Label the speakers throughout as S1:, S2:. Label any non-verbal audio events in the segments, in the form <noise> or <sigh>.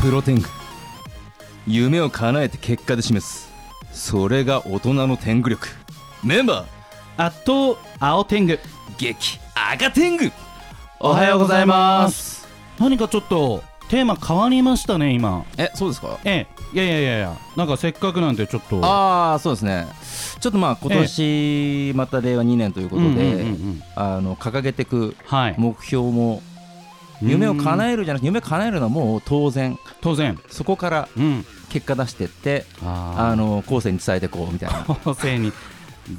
S1: プロテング夢を叶えて結果で示すそれが大人の天狗力メンバー
S2: あと青天狗
S1: 激赤天狗
S2: おはようございます何かちょっとテーマ変わりましたね今
S1: えそうですか
S2: ええいやいやいやいやなんかせっかくなんでちょっと
S1: ああそうですねちょっとまあ今年また令和2年ということで、
S2: うんうんうんうん
S1: あの掲げていく
S2: はい
S1: 目標も夢を叶
S2: え
S1: えるじゃなくて夢叶えるのはもう当然
S2: 当然
S1: そこから
S2: うん
S1: 結果出してってあ
S2: あ
S1: の後世に伝えていこうみたいな
S2: あ <laughs> 後世に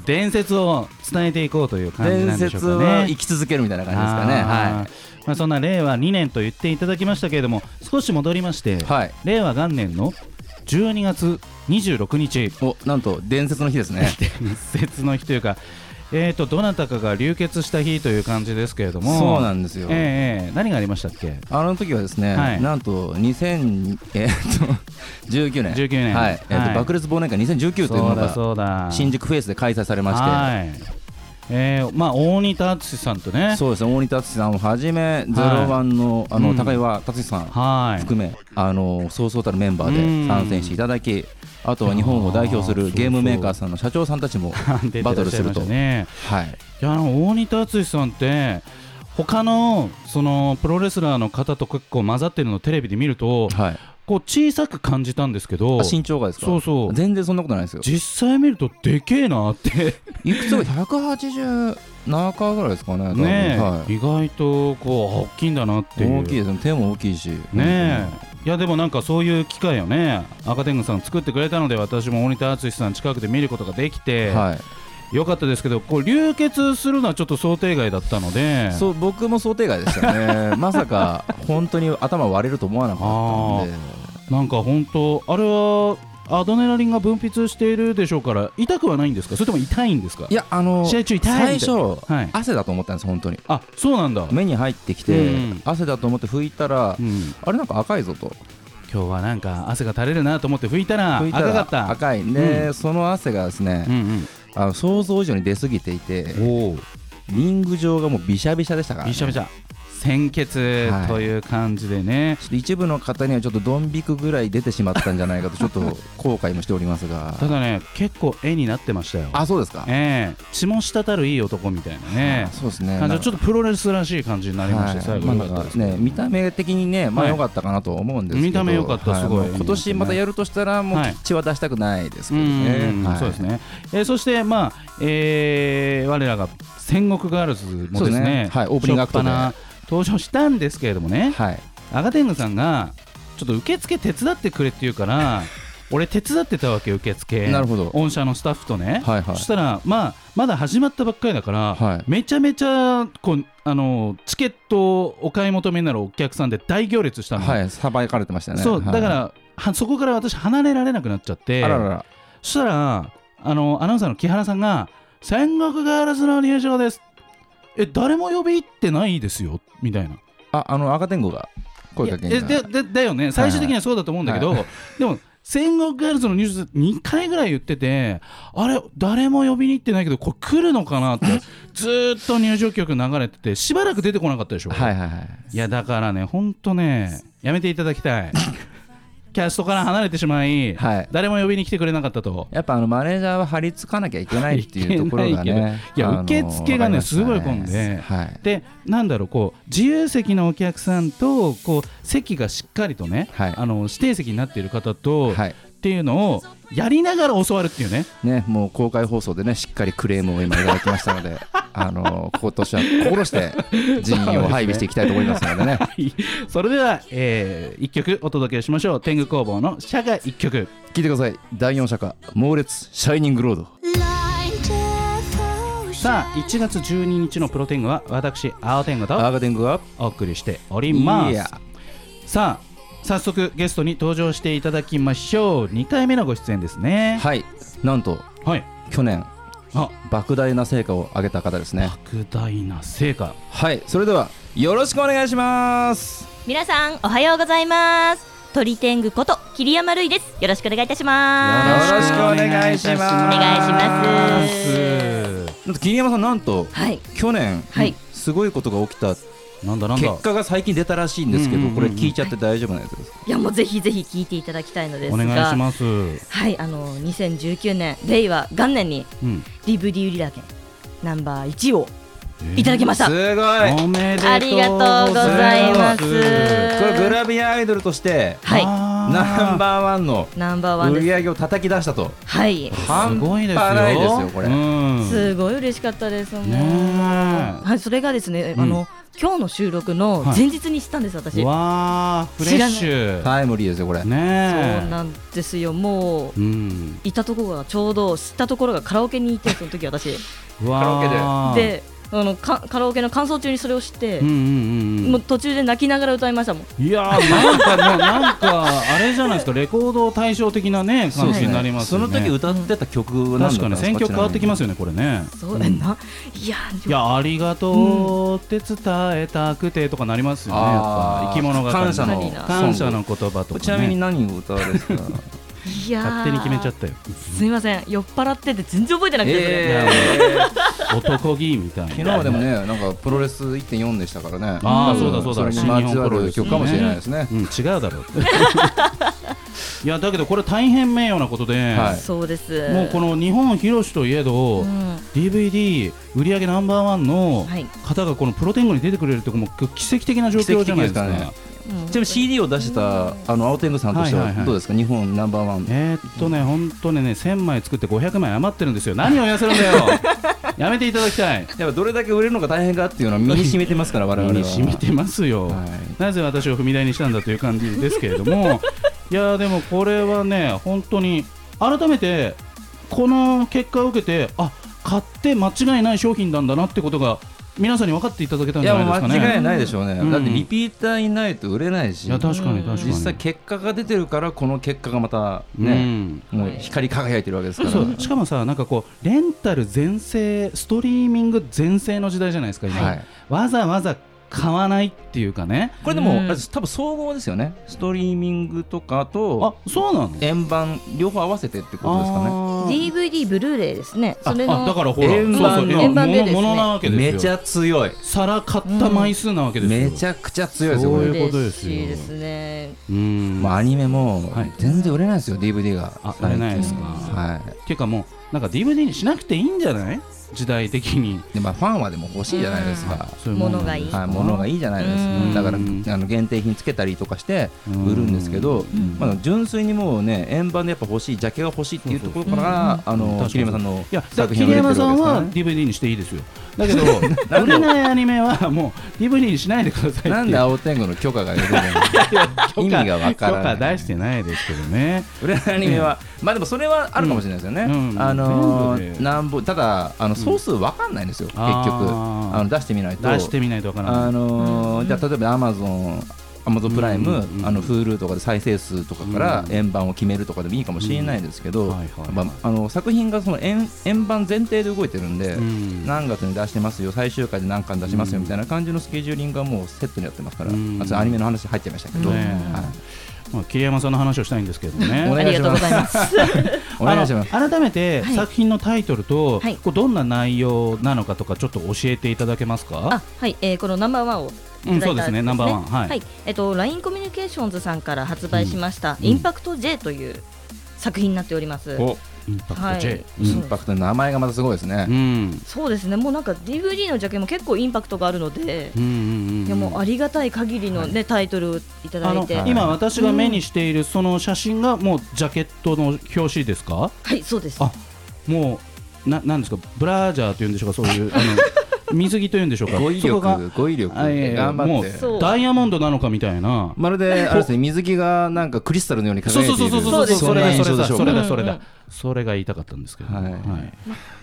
S2: 伝説を伝えていこうという感じなん
S1: 伝
S2: でしょう
S1: 説
S2: か
S1: は
S2: ね
S1: 生き続けるみたいな感じですかね
S2: あー
S1: は
S2: まあ、そんな令和2年と言っていただきましたけれども少し戻りまして、
S1: い、はい、
S2: 令和元年の12月26日 <laughs>
S1: おなんと伝説の日ですね
S2: 密接の日というか、えー、とどなたかが流血した日という感じですけれども
S1: そうなんんですよ、
S2: ええええ何がありましたっけ
S1: あの時はですね、
S2: はい
S1: なんと2000えっと19年
S2: 19年
S1: はい、えっ
S2: はい
S1: と爆裂忘年会2019という
S2: そ
S1: の
S2: うだ
S1: が
S2: そうだ
S1: 新宿フェイスで開催されまして、
S2: はいえー、まあ大仁田敦さんとね
S1: そうですね大仁田敦さんをはじめ、ゼロワンのあの、
S2: うん
S1: 高岩達史さん
S2: はい
S1: 含め、あのそうそうたるメンバー
S2: うん
S1: で参戦していただき、あとは日本を代表す
S2: あーそう
S1: る
S2: そう
S1: ゲームメーカーさんの社長さんたちも、
S2: 出てらっしゃ
S1: バト
S2: いました
S1: ルすると
S2: ね
S1: はい、
S2: いやあの大仁田敦さんって他のそのプロレスラーの方と結構混ざってるのをテレビで見ると
S1: はい、
S2: こう小さく感じたんですけど
S1: あ身長がですか
S2: そうそう
S1: 全然そんなことないですよ
S2: 実際見るとでけえなって
S1: いくつか180中ぐらいですかね多分
S2: ねえ、
S1: はい、
S2: 意外とこうあ大きいんだなっていう
S1: 大きいですね手も大きいし
S2: ねえいやでもなんかそういう機会をね赤天狗さん作ってくれたので私も大仁田敦さん近くで見ることができて、
S1: はい、
S2: よかったですけどこう流血するのはちょっと想定外だったので
S1: そう僕も想定外でした
S2: <laughs>
S1: ねまさか本当に頭割れると思わなかった
S2: なんか本当あれはアドネラリンが分泌しているでしょうから痛くはないんですかそれとも痛いんですか
S1: んでいやあの
S2: 試合中痛いみたい
S1: 最
S2: な
S1: 初
S2: はい
S1: 汗だと思ったんです本当に
S2: あそうなんだ、
S1: 目に入ってきて、
S2: うん
S1: 汗だと思って拭いたら、
S2: うん、
S1: あれなんか赤いぞと
S2: 今日はなんか汗が垂れるなと思って拭いたら
S1: 拭いたら
S2: 赤かった
S1: 赤いで、
S2: う
S1: その汗がですね、
S2: うん
S1: あの想像以上に出過ぎていて
S2: うん、おお
S1: リング上がもうびしゃびしゃでしたから、ね、
S2: びしゃびしゃ鮮血
S1: はい
S2: という感じでね、
S1: ちょっと一部の方にはちょっとドン引くぐらい出てしまったんじゃないかとちょっと後悔もしておりますが
S2: ただね結構絵になってましたよ
S1: あそうですか
S2: ええ血も滴るいい男みたいなね
S1: あそうですね
S2: 感じ
S1: なん
S2: で
S1: か
S2: ちょっとプロレスらしい感じになりまして、
S1: はい
S2: 最後
S1: まあ
S2: 良
S1: な
S2: かった
S1: ん
S2: で
S1: か
S2: すね
S1: ね見た目的にねまあ
S2: はい
S1: 良かったかなと思うんですけど
S2: 見た目良かった
S1: はい
S2: すごい
S1: まあ今年またやるとしたらもう
S2: はい
S1: 血は出したくないですけど
S2: うん
S1: ねはい
S2: そうですね、えーそして、まあえー我らが戦国ガールズもです
S1: そうです
S2: ね
S1: ねはいオープニングアクトで
S2: 初っ端登場したんですけれどもね
S1: はい
S2: アガテングさんがちょっと受付手伝ってくれって言うから
S1: <laughs>
S2: 俺手伝ってたわけ受付
S1: なるほど
S2: 御社のスタッフとね、
S1: はいはい
S2: そしたら、まあ、まだ始まったばっかりだから、
S1: はい
S2: めちゃめちゃこうあのチケットをお買い求めになるお客さんで大行列したの、
S1: はいさばかれてましたね
S2: そう
S1: は
S2: だ
S1: い
S2: から、はそこから私離れられなくなっちゃって
S1: あららら
S2: そしたらあのアナウンサーの木原さんが「戦国ガールズの入場です」え誰も呼び入ってないですよみたいな
S1: ああの赤天狗が声かけ
S2: いや
S1: に
S2: えででだよね最終的にはそうだと思うんだけど、でも戦国ガールズの入場です2回ぐらい言っててあれ誰も呼びに行ってないけどこれ来るの
S1: <laughs>
S2: かなってずーっと入場曲流れててしばらく出てこなかったでしょ、
S1: はいはいはい
S2: いやだからねほんとねやめていただ
S1: <laughs>
S2: きたいキャストから離れてしまい、
S1: はい
S2: 誰も呼びに来てくれなかったと
S1: やっぱあのマネージャーは張り付かなきゃいけないっていうところが
S2: いけな
S1: ね
S2: けどいや
S1: あの
S2: 受付が
S1: わかり
S2: ね
S1: ました
S2: すごい混んで
S1: はい
S2: でなんだろうこう自由席のお客さんとこう席がしっかりとね、
S1: はい
S2: あの指定席になっている方と、
S1: はい
S2: っていうのをやりながら教わるっていうね
S1: ね、もう公開放送でね、しっかりクレームを今いただきましたの <laughs> で、あの今年は心して人員を配備していきたいと思いますのでね、
S2: はい <laughs> それでは、え1曲お届けしましょう天狗工房の「社が1曲
S1: <laughs> 聞いてください、第4社歌、猛烈、シャイニングロード。
S2: さあ1月12日のプロ天狗は私青天狗
S1: ア
S2: と
S1: ーガデングは、
S2: お送りしておりま
S1: い
S2: す
S1: や
S2: さあ早速ゲストに登場していただきましょう2回目のご出演ですね
S1: はい、なんと
S2: はい、
S1: 去年、
S2: あ
S1: 莫大な成果を上げた方ですね。
S2: 莫大な成果
S1: はい、それでは、よろしくお願いします。
S3: 皆さんおはようございます鳥天狗こと桐山るいですよろしくお願いいたします
S1: よろしくお願いします
S3: お願いします
S1: なんと桐山さん、なんと
S3: はい
S1: 去年、
S3: はい
S1: すごいことが起きた
S2: なんだなんだ
S1: 結果が最近出たらしいんですけ
S2: うん
S1: ど
S2: うんうん
S1: これ聞いちゃって大丈夫なやつです
S3: いやもうぜひぜひ聞いていただきたいのです
S2: お
S3: が
S2: 願いします、うん、
S3: はいあの2019年令和元年に DVD 売り上げナンバー1をいただきました、
S1: すごい
S2: おめでとう
S3: ありがとうございます
S1: これグラビアアイドルとして
S3: はい
S1: ナン
S2: ー
S1: バーワンの
S3: ナンバーワン
S1: 売
S3: で
S1: り
S3: す
S1: 上げを叩き出したと
S3: はい
S2: すごいですよ
S1: 半端ないですよこれ
S2: うん
S3: すごい嬉しかったですもう
S2: ねえ
S3: はいそれがですね、
S2: うん
S3: あの今日の収録の前日に知ったんです私、
S2: わあフレッシュ
S1: タイムリーですよこれ
S2: ねえ
S3: そうなんですよも
S2: う
S3: う
S2: ん
S3: いたところがちょうど知ったところがカラオケにいてその時私
S2: うわー
S1: カラ
S3: であのかカラオケの感想中にそれを知って、
S2: うんうんうん
S3: もう途中で泣きながら歌いましたもん
S2: いやーなんかもうなんかあれじゃないですかレコード対照的なね感じになります
S1: そ
S2: よね
S1: の時歌ってた曲なんだった
S2: 確かに選曲変わってきます
S1: よ
S2: よねこれね
S3: そうえないや
S2: いやありがとうって伝えたくてとかなりますよねやっ
S1: あ
S2: ぱ
S1: ー
S2: 生き物が
S1: 感謝
S3: の
S2: 感謝の言葉とかね
S1: ちなみに何を歌われて
S3: <laughs>
S1: た
S3: いやー
S2: 勝手に決めちゃったよ
S3: すみません酔っ払ってて全然覚えてなくて、
S1: えー
S2: 男気みたいな
S1: 昨日はでもねなんかプロレス1.4でしたからね
S2: あ
S3: ー
S1: ん
S3: そうだ
S2: そうだ
S1: れにまつわる
S2: 新日本プロレス
S1: 曲かもしれないですね
S2: うん、違うだろうっていやだけどこれ大変名誉なことで、
S1: は
S3: そうです
S2: もうこの日本広しといえど、
S3: うん
S2: DVD 売り上げナンバーワンの
S3: はい
S2: 方がこのプロテングに出てくれるってもう奇跡的な状況じゃないで
S1: 奇跡的です
S2: すか
S1: からね
S3: もう
S1: ちなみに CD を出したあの青天狗さんとして
S2: はい
S1: は
S2: はいはい
S1: どうですか日本ナンバーワン
S2: えーっとね本当ねね1000枚作って500枚余ってるんですよ何をやせるんだよ
S1: <laughs>
S2: やめていただきたい
S1: やっぱどれだけ売れるのが大変かっていうのは <laughs> 身に染みてますから我
S2: 身
S1: 々は
S2: に染みてますよ、
S1: はい
S2: なぜ私を踏み台にしたんだという感じですけれど
S1: <laughs>
S2: もいやーでもこれはね本当に改めてこの結果を受けてあ買って間違いない商品なんだなってことが皆さんに分かっていただけたん
S1: い
S2: じゃ
S1: や
S2: ないで
S1: も
S2: す
S1: う
S2: かね
S1: 間違いないでしょうね、
S2: うん
S1: だってリピーターいないと売れないし
S2: いや確かに確かに
S1: 実際結果が出てるからこの結果がまたね、
S2: ね
S1: もう光り輝いてるわけですから
S2: そうしかもさなんかこうレンタル全盛ストリーミング全盛の時代じゃないですか今、
S1: はい
S2: わざわざ買わないっていうかね
S1: これでも、
S3: うん
S1: あれです多分総合ですよねストリーミングとか
S2: あ
S1: と
S2: そうなの
S1: 円盤両方合わせてってことですかね
S2: あー
S3: DVD ブルーレイですねそれ
S2: あ
S3: の
S2: だからほら
S1: 円盤
S2: そうそう
S1: の
S2: 円
S3: 円盤でですね
S2: ものものなわけですよ
S1: めちゃ強い
S2: 皿買った枚数なわけですよ、
S1: めちゃくちゃ強いですよ
S2: そう
S1: こ
S2: い
S1: れ
S2: うことで
S3: 嬉
S2: すよ
S3: しいですね
S2: うん
S1: まあアニメも
S2: はい
S1: 全然売れないですよ DVD が
S2: あ売れないですか
S1: はい
S2: ていうかもうなんか DVD にしなくていいんじゃない時代的に
S1: でまあファンはでも欲しいじゃないですか、
S2: そういうものなんです
S1: はい、物がいいじゃないです
S3: うん
S1: かだから
S2: うん
S1: あの限定品つけたりとかして
S2: うん
S1: 売るんですけど、
S2: ん
S1: まあ、純粋にもうね円盤でやっぱ欲しいジャケが欲しいっていうところから、あ
S2: 確か
S1: の
S2: に
S1: 桐山さんの
S2: いやだから
S1: 作品が出
S2: 桐
S1: て
S2: 山
S1: る
S2: さ
S1: わけ
S2: ん
S1: ですから
S2: は
S1: ね
S2: DVD にしていいですよ
S1: <laughs>
S2: だけど売れないアニメはもう DVD にしないでくださいっていう
S1: なんで青天狗の許可が出
S2: <laughs>
S1: てるの
S2: 許可
S1: 意味がわからない
S2: 許可出してないですけどね
S1: 売れないアニメは、まあでもそれはあるかもしれないですよね、
S2: うんうん
S1: あの
S2: 全部
S1: ー
S2: で
S1: なんぼただあの総数わかんないんですよ、結局
S2: あー
S1: あの出してみないと
S2: 出してみないとわからない
S1: あのー
S3: うん
S1: じゃあ例えばアマゾンアマゾンプライム、
S2: うんうんうん
S1: あの Hulu とかで再生数とかから
S2: うん
S1: 円盤を決めるとかでもいいかもしれないですけど、
S2: うんはいはいはい
S1: やっぱあの作品がその円円盤前提で動いてるんで、
S2: うん
S1: 何月に出してますよ最終回で何巻出しますよみたいな感じのスケジューリングはもうセットにやってますから、
S2: うん
S1: あとアニメの話入っちゃいましたけど、
S2: ね
S1: はい
S2: まあ、桐山さんの話をしたいんですけど
S1: お
S2: ね
S1: 願
S3: あ
S1: い
S3: り
S1: し
S3: がとう
S1: ま
S3: ご
S1: す
S3: ざいます
S1: お願いします
S2: あの改めて
S3: はい
S2: 作品のタイトルと、
S3: はい
S2: こうどんな内容なのかとかちょっと教えていただけますか、
S3: あはい、えーこのナンバーワンをいただいた
S2: うんそうですねナンバーワンはい
S3: えっと LINE コミュニケーションズさんから発売しました、
S2: うん
S3: インパクト J という作品になっております
S1: お
S2: インパクト J、
S3: はい
S1: インパクトの名前がまたすごいですね、
S2: うん
S3: そうですねもうなんか DVD のジャケも結構インパクトがあるので
S2: うんう、ん
S3: いやもうあ
S2: あ
S3: りがたい限りのね、タイトルをいただい
S2: の
S3: て
S1: はい
S2: 今私が目にしているその写真がもうジャケットの表紙ですか
S3: はいそうです
S2: あもうななんですかブラジャーというんでしょうかそういうあの水着というんでしょうか
S1: 語彙
S2: そこが
S1: 力語彙力
S2: あいやいや
S1: 頑張って
S3: そう
S2: ダイヤモンドなのかみたいな
S1: まるであれですね水着がなんかクリスタルのように輝
S2: そう
S1: いて
S2: そ
S1: いうる
S2: そうそう
S3: そう
S2: そう
S3: です
S2: それ
S1: んな
S2: だ
S1: 印
S2: それ
S1: 象で
S2: だ
S1: しょうか
S2: それ
S3: う
S2: だ
S3: ん
S2: それ
S3: う
S2: だ
S3: ん
S2: それが言いたかったんですけど
S1: はい
S2: はい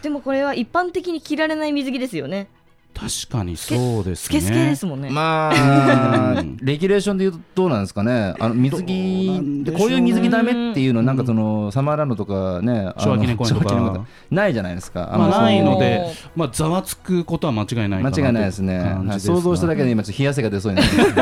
S3: でもこれは一般的に着られない水着ですよね
S2: 確かにそうです
S3: ス
S2: ね
S3: ケスケですもんね、
S1: まあ
S2: うん、
S1: レギュレーションで言うとどうなんですかね、あの水
S2: どう
S1: 着
S2: なんでしょうね
S1: こういう水着ダメっていうのは、なんかそのサマーランドとかね、あの
S2: 昭和記念公園とか
S1: 昭和記念公園ないじゃないですか、
S2: ま
S1: の
S2: あ、ないの
S3: お
S2: で
S3: ー、
S2: まあ、ざわつくことは間違いないかな
S1: 間違いないですね、
S2: とう感じ
S1: はい
S2: すが
S1: 想像しただけで今、ちょっと冷や汗が出そうになってます、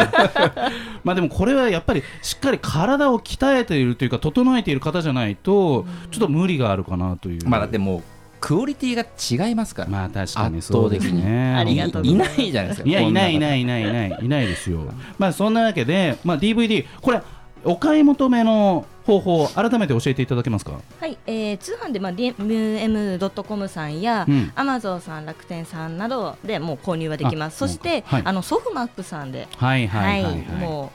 S2: まあ、でもこれはやっぱりしっかり体を鍛えているというか整えている方じゃないとちょっと無理があるかなという
S1: まあだってもう、
S4: クオリティが違いますから、
S2: まあ確かにそうですね。
S3: ありがとうござ
S4: い
S3: い
S4: な
S3: ま
S4: いじゃないですか
S2: いやいないい
S4: い
S2: ないいないいないいないですよ。まあそんなわけで、まあ、DVD これお買い求めの方法改めて教えていただけますか。
S3: はい、えー通販で、まあ、dmm.com さんや、
S2: うん
S3: アマゾンさん、楽天さんなどでもう購入はできます。
S2: あ
S3: そし
S2: そ
S3: て、
S2: うかはい
S3: あのソフマックさんで、
S2: はい
S3: は、
S2: はいいはいはい。
S3: も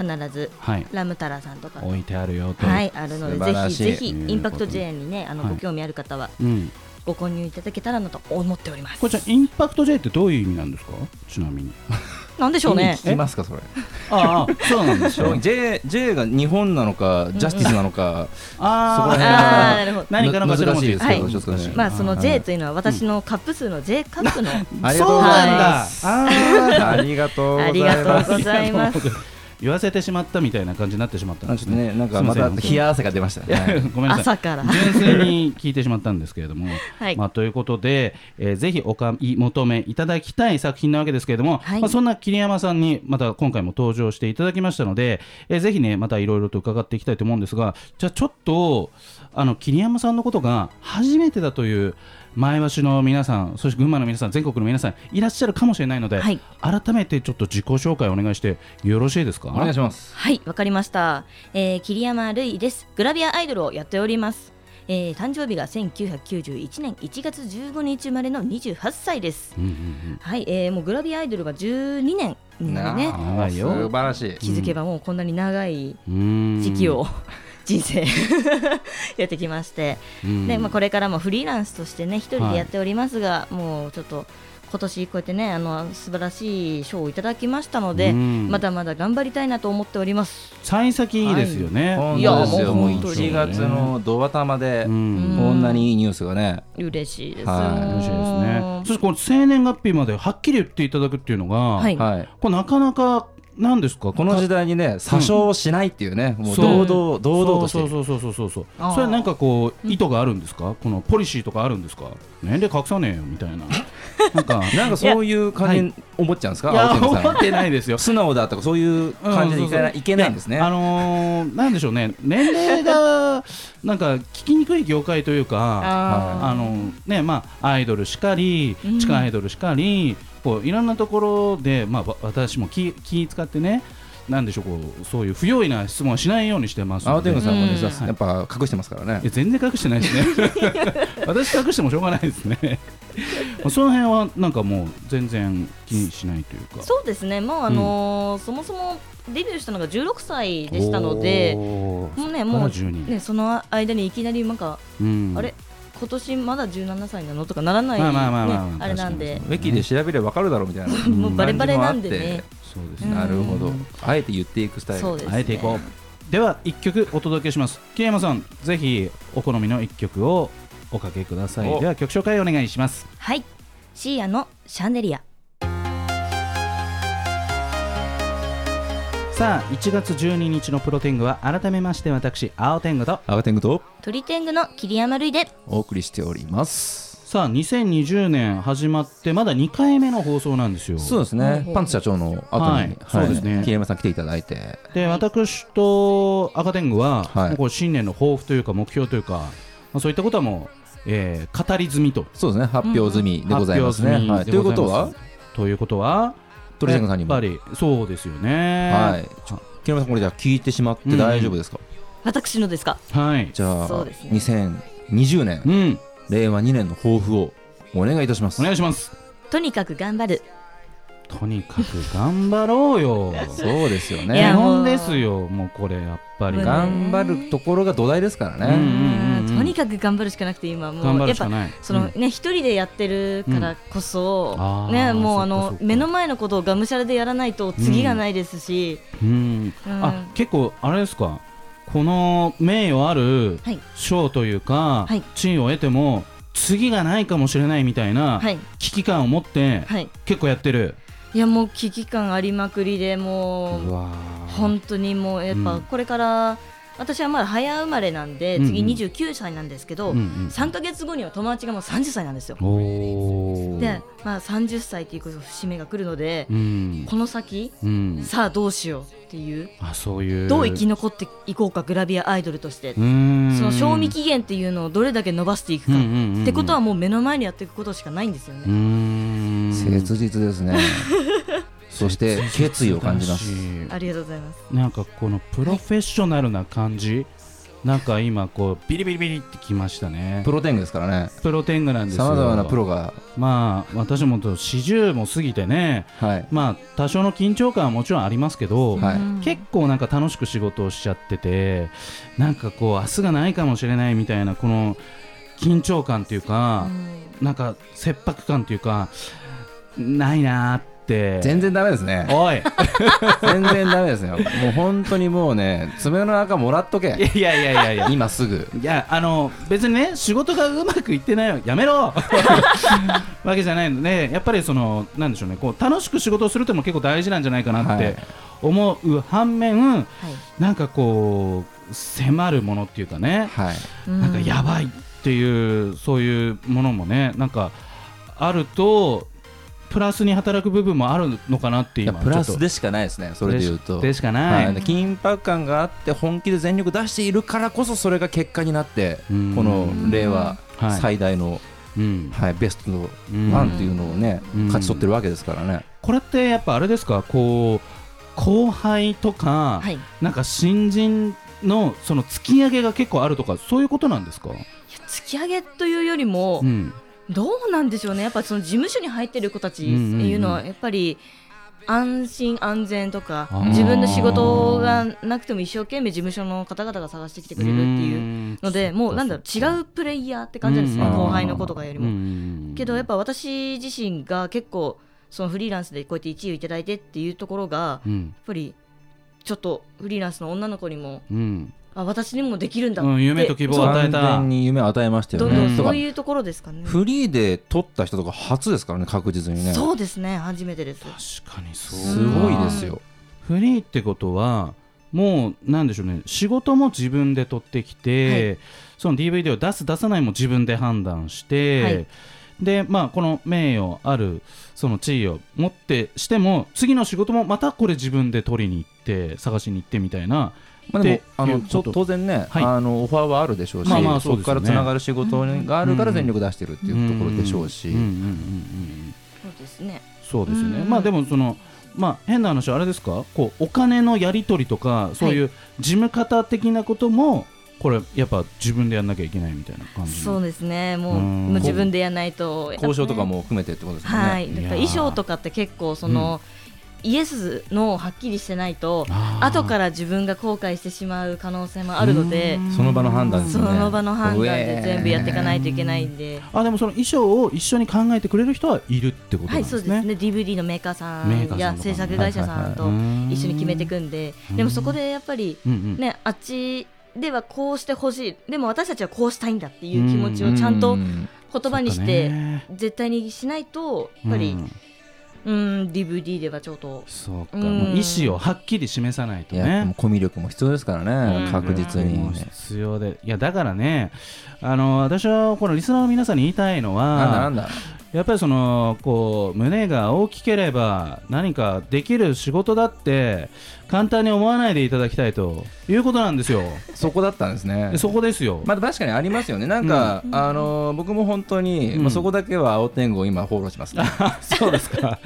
S3: う必ず
S2: はい
S3: ラムタラさんとか、
S2: 置いてあるよと。
S3: はい、あるの
S4: 素
S3: で
S4: 晴
S3: ぜ
S4: ら
S3: ひ
S4: しい
S3: ぜ
S2: ということ
S3: ひ
S2: で
S3: インパクト J にねあの、
S2: はい
S3: ご興味ある方は
S2: うん。
S3: ご購入いただけたらなと思っております
S2: これじゃあインパクト J ってどういう意味なんですか。ちなみに。
S3: なんでしょうね
S4: 聞きますかそれ
S2: ああそうなんです
S1: そ
S2: よ
S1: う。J, J が日本なのかジャスティスなのか
S2: <laughs> あ
S1: そこら辺
S3: あ
S1: は
S3: あーなるほど
S2: 何かの
S1: 難
S2: 頭文
S1: しい
S2: 字
S1: ですけど、
S3: はい
S1: ちょっとね
S3: まあその J
S1: はい
S3: というのは私のカップ数の J カップの、
S1: ありがと
S2: そうう
S1: ござい
S2: なんだ
S1: ま
S2: あ
S1: す
S2: あ
S1: ありがとうござ
S3: あ
S1: い
S3: り
S1: ます
S3: がとうございます
S2: <laughs> 言わせてしまったみたいな感じになってしまったん
S1: あ
S2: で
S1: ちょ
S2: す
S1: っとねなんかまた冷や汗が出ました
S2: いや <laughs>
S1: ね
S2: ごめんなさい
S3: 朝から
S2: 純粋に聞いてしまったんですけれども、
S3: <laughs> はい
S2: まあ、ということで、えーぜひお買い求めいただきたい作品なわけですけれども、
S3: はい
S2: まあ、そんな桐山さんにまた今回も登場していただきましたので、えーぜひねまたいろいろと伺っていきたいと思うんですがじゃあちょっとあの桐山さんのことが初めてだという前橋の皆さんそして群馬の皆さん全国の皆さんいらっしゃるかもしれないので、
S3: はい
S2: 改めてちょっと自己紹介お願いしてよろしいですか
S1: お願いします
S3: はい、わかりました。えー、桐山るいです。グラビアアイドルをやっております。えー、誕生日が1991年1月15日生まれの28歳です。
S2: うんうん
S3: はい、えー、もうグラビアアイドルが12年になるね。
S2: 長いよ
S4: 素晴らしい
S3: 気づけばもうこんなに長い
S2: うん
S3: 時期を、 <laughs> 人生やってきまして、
S2: うん
S3: でまあ、これからもフリーランスとしてね一人でやっておりますが、もうちょっと今年こうやってねあの素晴らしい賞をいただきましたので、
S2: うん
S3: まだまだ頑張りたいなと思っております。
S2: 幸先いいですよね。
S1: 本
S3: い
S1: 当
S3: や
S1: ですよも
S3: も
S1: う
S3: う本当
S1: 1
S3: に
S1: 月のドバタマで
S2: う
S3: うん
S2: ん。
S1: こんなにいいニュースがね
S3: 嬉しいですよ。
S1: はい
S2: 嬉しいですね。そしてこの生年月日まではっきり言っていただくっていうのが、
S3: はい
S1: はい
S2: これなかなかなんですか。
S1: この時
S2: 代
S1: 代にね詐称をしないっていうねもう
S2: そ
S1: 堂
S2: う
S1: 々堂々として
S2: そう
S1: る
S2: そうそうそうそうそう
S3: あ。ー
S2: それなんかこう意図があるんですか。このポリシーとかあるんですか。年齢隠さねえよみたい
S3: <laughs>
S2: な。なんか。
S1: なんかそういう感じに思っちゃうんですか
S2: いや
S1: 青天
S2: 思
S1: さん
S2: ってないです <laughs> よ。
S1: 素直だとかそういう <laughs> 感じでいけない,、いけないんですね
S2: やあのー、なんでしょうね、年齢がなんか聞きにくい業界という
S3: <laughs>
S2: か、
S3: あ
S2: あのねまあ、アイドルしかり、
S3: うん
S2: 地下アイドルしかり、こういろんなところで、まあ、わ私も気気使ってね、なんでしょうこう、そういう不用意な質問はしないようにしてます
S1: 青
S2: ので、
S1: 天狗さんもね、
S3: うん
S1: やっぱ隠してますからね
S2: いや全然隠してないです
S3: <laughs>
S2: ね、私隠してもしょうがないですね、その辺はなんかもう、全然気にしないというか
S3: ー。そうですね、もう、あのーそもそもデビューしたのが16歳でしたので、
S2: おー
S3: もうね、
S2: ま
S3: も
S2: だ12
S3: う、ね、その間にいきなり、なんか、
S2: うん
S3: あれ、今年まだ17歳なのとかならない、
S2: ま
S3: ね
S2: あまあまあまあまあ
S3: あれなんで、
S1: ウィキで調べればわかるだろうみたいな、
S2: ん
S3: もうバレバレなんで
S1: 感じもあっ
S3: ね
S1: て。
S2: そうです
S3: うん
S2: ね
S1: なるほどあえて言っていくスタイル
S3: そうですね
S2: あえていこうでは一曲お届けします桐山さんぜひお好みの一曲をおかけください
S1: お
S2: では曲紹介お願いします
S3: はい、シーアのシャンデリア。
S2: さあ1月12日のプロテングは改めまして私青天狗と
S1: 青天狗と
S3: 鳥天狗の桐山るいで、
S1: お送りしております
S2: さあ2020年始まってまだ2回目の放送なんですよ
S1: そうです
S3: ほう
S1: ね
S3: ほう
S1: パンツ社長の後に、
S2: は
S1: はいい
S2: そうですね
S1: 桐山さん来ていただいて
S2: で私と赤天狗は、
S1: はい
S2: もうこう新年の抱負というか目標というか、まあ、そういったことはもう、えー語り済みと
S1: そうですね発表済みでございますね、
S2: 発
S1: はい、
S2: 表済み
S1: と
S2: で
S1: いうこ
S2: ござ
S1: と
S2: ま
S1: は
S2: すということは
S1: 鳥天狗さんにも
S2: やっぱりそうですよね
S1: はい桐山さんこれじゃあ聞いてしまって大丈夫ですか、
S3: 私のですか。
S2: はい。
S1: じゃあ、
S3: そうですね
S1: 2020年
S2: うん。
S1: 令和2年の抱負をお願いいたします
S2: お願いします。
S3: とにかく頑張る。
S2: とにかく頑張ろう
S3: <laughs>
S2: よ。
S1: そうですよ
S3: い
S2: 日
S1: ね
S3: や
S2: 本ですよ。もうこれやっぱり。
S3: うん
S2: 頑
S1: 頑張るところが土台ですからね、
S2: うんうんうんうん
S3: とにかく頑張るしかなくて、今も
S2: 張
S3: う、や
S2: る
S3: っ
S2: し
S3: ぱ
S2: か。ない。
S3: そのね、一人でやってるからこそ
S2: うんあ、ー
S3: ね、もうあ
S2: そっ
S3: の
S2: かそっか
S3: 目の前のことをがむしゃらでやらないと次がないですし、
S2: うん。
S3: うん
S2: あ、結構あれですか。この名誉ある
S3: はい
S2: 賞というか
S3: はい
S2: 地位を得ても次がないかもしれないみたいな
S3: はい
S2: 危機感を持って
S3: はい、
S2: 結構やってる。
S3: いやもう危機感ありまくりでも
S2: う
S3: う
S2: わ
S3: 本当にもうやっ
S2: う
S3: ぱ
S2: ん
S3: これから私はまだ早生まれなんで
S2: うんうん
S3: 次29歳なんですけ
S2: ー。
S3: ど
S2: うんうん
S3: 3か月後には友達がもう30歳なんですよ。
S2: おー
S3: で、まあ、30歳ということ節目が来るので
S2: うん
S3: この先
S2: うん。
S3: さあどうしようっていう
S2: あそういう
S3: どう生き残っていこうかグラビアアイドルとして
S2: うーん
S3: その賞味期限っていうのをどれだけ伸ばしていくか
S2: うんうんうんうん
S3: ってことはもう目の前にやっていくことしかないんですよ
S2: うー
S3: ね。
S2: ん
S1: 切実です
S2: <laughs>
S1: ねそして決意を感じます
S3: ありがとうございます。
S2: なんかこのプロフェッショナルな感じ、なんか今こうビリビリビリってきましたね
S1: プロ天狗ですからね
S2: プロ天狗なんですよ
S1: さまざまなプロが
S2: まあ私も四十も過ぎてね
S1: はい
S2: まあ多少の緊張感はもちろんありますけど、
S1: はい
S3: うん
S2: 結構なんか楽しく仕事をしちゃっててなんかこう明日がないかもしれないみたいなこの緊張感というか、なんか切迫感というかないなーって
S1: 全然ダメですね
S2: <laughs>
S1: <laughs>
S2: おい
S1: 全然ダメですよ <laughs> もう本当にもうね爪の中もらっとけ
S2: いやいやいやいや
S1: 今すぐ
S2: いやあの別にね仕事がうまくいってないよやめ
S1: <laughs>
S2: ろわけじゃないのでやっぱりそのなんでしょうねこう楽しく仕事をするってのも結構大事なんじゃないかなっ
S1: は
S2: て
S1: い
S2: 思う反面、
S3: はい
S2: なんかこう迫るものっていうかね
S1: はい
S2: なんかやば
S3: い。
S2: いっていうそういうものもねなんかあるとプラスに働く部分もあるのかなって
S1: いや
S2: 今
S1: プラス
S2: ちょっ
S1: でしかないですねそれで言う
S2: と
S1: と
S2: でしか
S1: は
S2: ないい、
S1: で緊迫感があって本気で全力出しているからこそそれが結果になって
S2: う
S1: こ
S2: ん
S1: の令和
S2: はい
S1: 最大の、
S2: うん
S1: はい、ベストの
S2: うん
S1: ワンっていうのをね
S2: うん
S1: 勝ち取ってるわけですからね
S2: これってやっぱあれですかこう後輩とか、
S3: はい。いや
S2: なんか新人のその突き上げが結構あるとかそういうことなんですか、
S3: 突き上げというよりも
S2: うん、
S3: どうなんでしょうね。やっぱその事務所に入ってる子たちっていうの
S2: うんうんう
S3: はやっぱり。安心安全とか
S2: あー
S3: 自分の仕事がなくても一生懸命事務所の方々が探してきてくれるっていうのでもうなんだろう違うプレイヤーって感じなんですね
S2: うん
S3: 後輩の子とかより
S2: う
S3: も。
S2: ん
S3: けどやっぱ私自身が結構そのフリーランスでこうやって1位をいただいてっていうところがやっ
S2: うん
S3: ぱりちょっとフリーランスの女の子にも
S2: うん
S3: あ私にもできるんだって、
S2: うん夢と希望
S3: そう
S2: を与え
S1: 完
S2: た
S1: 全に夢を与えましたよ
S3: どん
S1: ね
S3: ど
S2: うんん
S1: と
S3: そ
S1: か
S3: ういうところですかね。
S1: フリーで取った人とか初ですからね確実にねす
S3: そうですね初めてです。
S2: 確かにそう
S1: ごいですよ
S2: フリーってことはもうなんでしょうね仕事も自分で取ってきて、その DVD を出す出さないも自分で判断して、
S3: はい
S2: でまあこの名誉あるその地位を持ってしても次の仕事もまたこれ自分で取りに行って探しに行ってみたいな
S1: まあ、でもあ
S2: っ
S1: の
S2: ていう
S1: ちょ
S2: こと
S1: 当然ね、
S2: はい
S1: あのオファーはあるでしょうし、
S2: まあまあそ
S1: そうこ
S2: です
S1: か
S2: よね
S1: らつながる仕事があるから全力出してるって
S2: て
S1: いうところでしょうし、
S2: んうんうんうん
S3: そうですね。
S2: そうですよね、
S3: うん
S2: まあでもそのまあ変な話あれですかこうお金のやり取りとかそういう事務方的なこともこれやっぱ自分でやんなきゃいけないみたいな感じ
S3: そうですねもう
S2: うん
S3: もう自分でやらないと。
S1: 交渉とかも含めてってことですよね。
S3: はい、だから衣
S2: いや
S3: 装
S2: ー
S3: とかって結構その、イエスのはっきりしてないと
S2: あー
S3: 後から自分が後悔してしまう可能性もあるので
S1: その場の判断です
S3: そ
S1: よね。
S3: の場の判断で全部やっていかないといけないんで。
S2: あでもその衣装を一緒に考えてくれる人はいるってことな
S3: は
S2: ん
S3: い、
S2: で
S3: そう
S2: す
S3: です
S2: ね。
S3: ね DVD のメーカーさ
S2: メーカー
S3: ん
S2: さ
S3: や
S2: んとかね
S3: 制作会社さんと一緒に決めていくんで、
S2: うん
S3: でもそこでやっぱり、
S2: うんうん
S3: ね、あっちではこうしてほしいでも私たちはこうしたいんだっていう気持ちをちゃんと
S1: うん
S3: 言葉にして絶対にしないとやっぱり、うん、DVD ではちょっと
S2: そうか、
S3: うん
S2: もう意思をはっきり示さないと
S1: いやでも
S2: ね。
S1: コミュ力も必要ですからね、
S3: うん
S1: 確実に、
S2: もう必要でいやだからねあの私はこのリスナーの皆さんに言いたいのは
S1: なんだなんだ
S2: やっぱりそのこう胸が大きければ何かできる仕事だって簡単に思わないでいただきたいということなんですよ。
S1: そこだったんですね
S2: でそこですよ。
S1: まあ確かにありますよねなんか、あの僕も本当に、
S2: うん
S1: まあ、そこだけは青天狗を今フォローしますね
S2: <laughs> そうで
S1: <laughs>
S2: すか。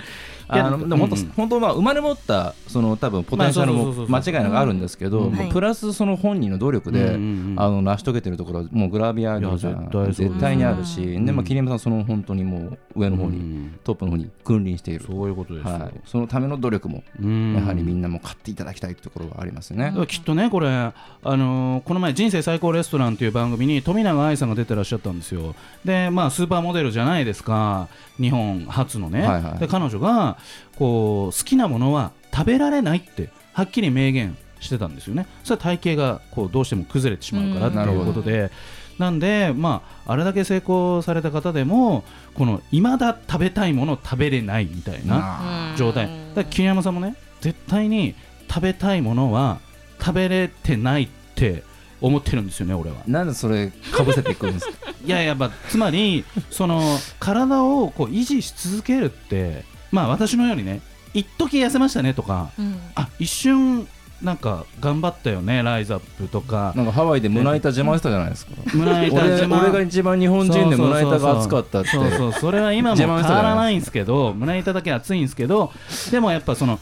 S2: いや
S1: あのでも本当、
S2: うん
S1: 本当まあ生まれ持ったその多分ポテンシャル
S2: まあそうそうそう
S1: も
S2: そ
S1: 間
S2: う
S1: 違いなくあるんですけど、
S2: うん
S1: もう
S3: はい
S1: プラスその本人の努力で、
S2: うんうんうん
S1: あの成し遂げてるところはもうグラビアアイドルじゃ
S2: いや絶対そうです
S1: 絶対にあるし、
S2: ん
S1: でまあ桐山さんその本当にもう上の方に、
S2: うん
S1: トップの方に君臨している
S2: そういうことですよ。
S1: はい、そのための努力も
S2: うん
S1: やはりみんなも買っていただきたいというところはありますよね。
S2: きっとね、これ、あのーこの前、人生最高レストランという番組に富永愛さんが出てらっしゃったんですよ。で、まあ、スーパーモデルじゃないですか、日本初のね。
S1: はいはい
S2: で、彼女がこう好きなものは食べられないって、はっきり明言してたんですよね。それは体型がこうどうしても崩れてしまうから
S3: うん
S2: っていうことで。なんで、まあ、あれだけ成功された方でも、この未だ食べたいものを食べれないみたいな。
S3: うん
S2: 状態だから桐山さんもね絶対に食べたいものは食べれてないって思ってるんですよね俺は
S1: なんでそれかぶせていくんです
S2: <laughs>
S1: か
S2: いやいやまあつまりその体をこう維持し続けるってまあ私のようにね一時痩せましたねとか
S3: うん
S2: あ一瞬なんか頑張ったよねライズアップとか
S1: なんかハワイで胸板邪魔してたじゃないですか
S2: 胸
S1: <laughs>
S2: 板
S1: 俺
S2: 自慢
S1: 俺が一番日本人で胸板が熱かったって
S2: そうそうそれは今も
S1: 自
S2: 変
S1: 慢
S2: わ
S1: したじゃない
S2: らないんですけど胸板だけ熱いんですけどでもやっぱその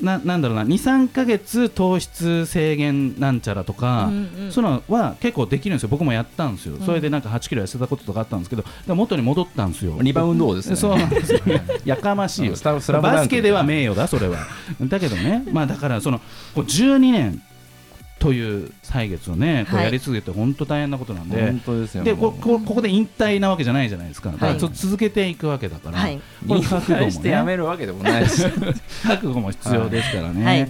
S2: ななんだろうな23ヶ月糖質制限なんちゃらとか、
S3: うんうん
S2: そういうのは結構できるんですよ僕もやったんですよ、それでなんか8キロ痩せたこととかあったんですけどでも元に戻ったんですよ
S1: リバウンド王ですね
S2: そうな
S1: <laughs>
S2: んですよねやかましいよ
S1: スタスラムダンク
S2: バスケでは名誉だそれはだけどねまあだからそのこう12年という歳月をねこう
S3: はい
S2: やり続けて本当大変なことなんで、
S1: 本当ですよ
S2: で
S1: も
S2: こ
S1: う
S2: こここで引退なわけじゃないじゃないですか、だから
S3: はい
S2: ちょっと続けていくわけだから、
S3: はい
S2: これ
S1: 引
S2: 覚悟
S1: 退
S2: も、
S1: してや
S2: ね、
S1: めるわけでもないし
S2: 覚悟も必要ですからね。
S3: はい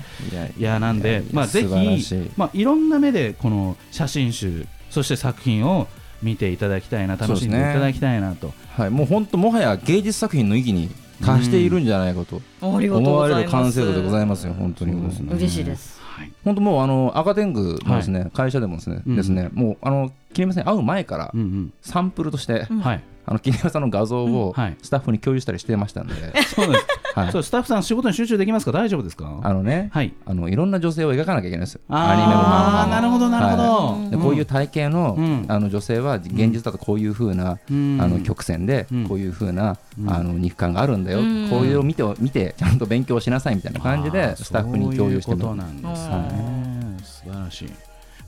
S3: い
S1: や
S2: やなん
S1: <laughs> いや
S2: で
S1: いや
S2: まあぜ
S1: 素晴らし
S2: ひ
S1: い
S2: まあいろんな目でこの写真集そして作品を見ていただきたいな楽しんで
S1: そう
S2: い
S1: ですね
S2: ただきたいなと、
S1: はい、もう本当もはや芸術作品の域に達しているんじゃないかと
S3: ありがとう
S1: 思
S3: ご
S1: わ
S3: ざ
S1: れ
S3: い
S1: る
S3: ま
S1: 完
S3: す
S1: 成度でございますよ本当にもう
S2: そうですね
S3: 嬉しいです
S2: はい
S1: 本当もうあの赤天狗のですね、会社でもですね,、
S2: うん
S1: ですねもうあの桐山さんに会う前から
S2: うん
S1: サンプルとして、
S3: う
S2: うんん、はい
S1: あの桐山さんの画像を
S2: はい
S1: スタッフに共有したりしてましたんで、
S2: そうです、
S1: <laughs> はい
S2: そうスタッフさん仕事に集中できますか大丈夫ですか
S1: あのね
S2: はい
S1: あのいろんな女性を描かなきゃいけないんですよアニメも
S2: あ
S1: 漫
S2: ーな
S1: 画も。
S2: るほどなるほど、
S3: はい
S1: でこういう体型の,、
S2: うん
S1: あの女性は現実だとこういうふうな、
S2: うん
S1: あの曲線で
S2: うん
S1: こういうふうな、
S2: うん
S1: あの肉感があるんだよ、
S3: うん
S1: こういうのを見て見てちゃんと勉強しなさいみたいな感じ
S2: あ
S1: で
S2: ー
S1: スタッフに共有して
S2: そういうこ
S1: も
S2: となんです
S3: は
S2: ね素晴らしい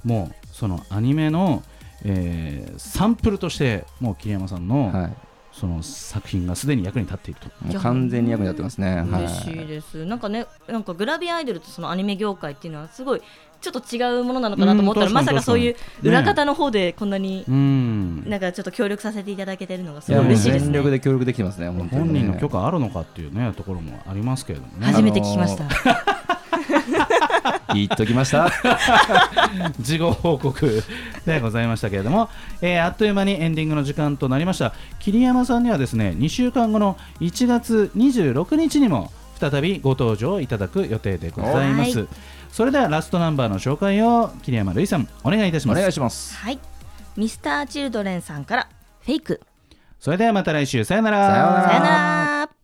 S2: もうそのアニメの、えーサンプルとしてもう桐山さんの、
S1: はい
S2: その作品がすでに役に立っていると
S1: もう完全に役に立ってますね。は
S3: 嬉しいですなんかねなんかグラビアアイドルとそのアニメ業界っていうのはすごいちょっと違うものなのかなと思ったら
S2: うん
S3: ま
S2: 確か
S3: さ
S2: に
S3: かそういう
S2: に
S3: 裏方の方でこんなに
S2: うん
S3: なんかちょっと協力させていただけてるのがす
S1: いや
S3: ごい
S1: もう
S3: 嬉しいです
S1: 全
S3: ね
S1: 力で協力できてますね、本当に、ね。
S2: 本人の許可あるのかっていうねところもありますけれどもね
S3: 初めて聞きました、
S1: 言っときました。
S2: 事後報告 <laughs> でございましたけれども、えーあっという間にエンディングの時間となりました桐山さんにはですね2週間後の1月26日にも再びご登場いただく予定でございます、
S3: は
S2: それではラストナンバーの紹介を桐山るいさんお願いいたし
S1: <laughs> お
S2: ます
S1: 願いします。
S3: はいミスターチルドレンさんからフェイク
S2: それではまた来週さよなら
S1: さよなら
S3: さよなら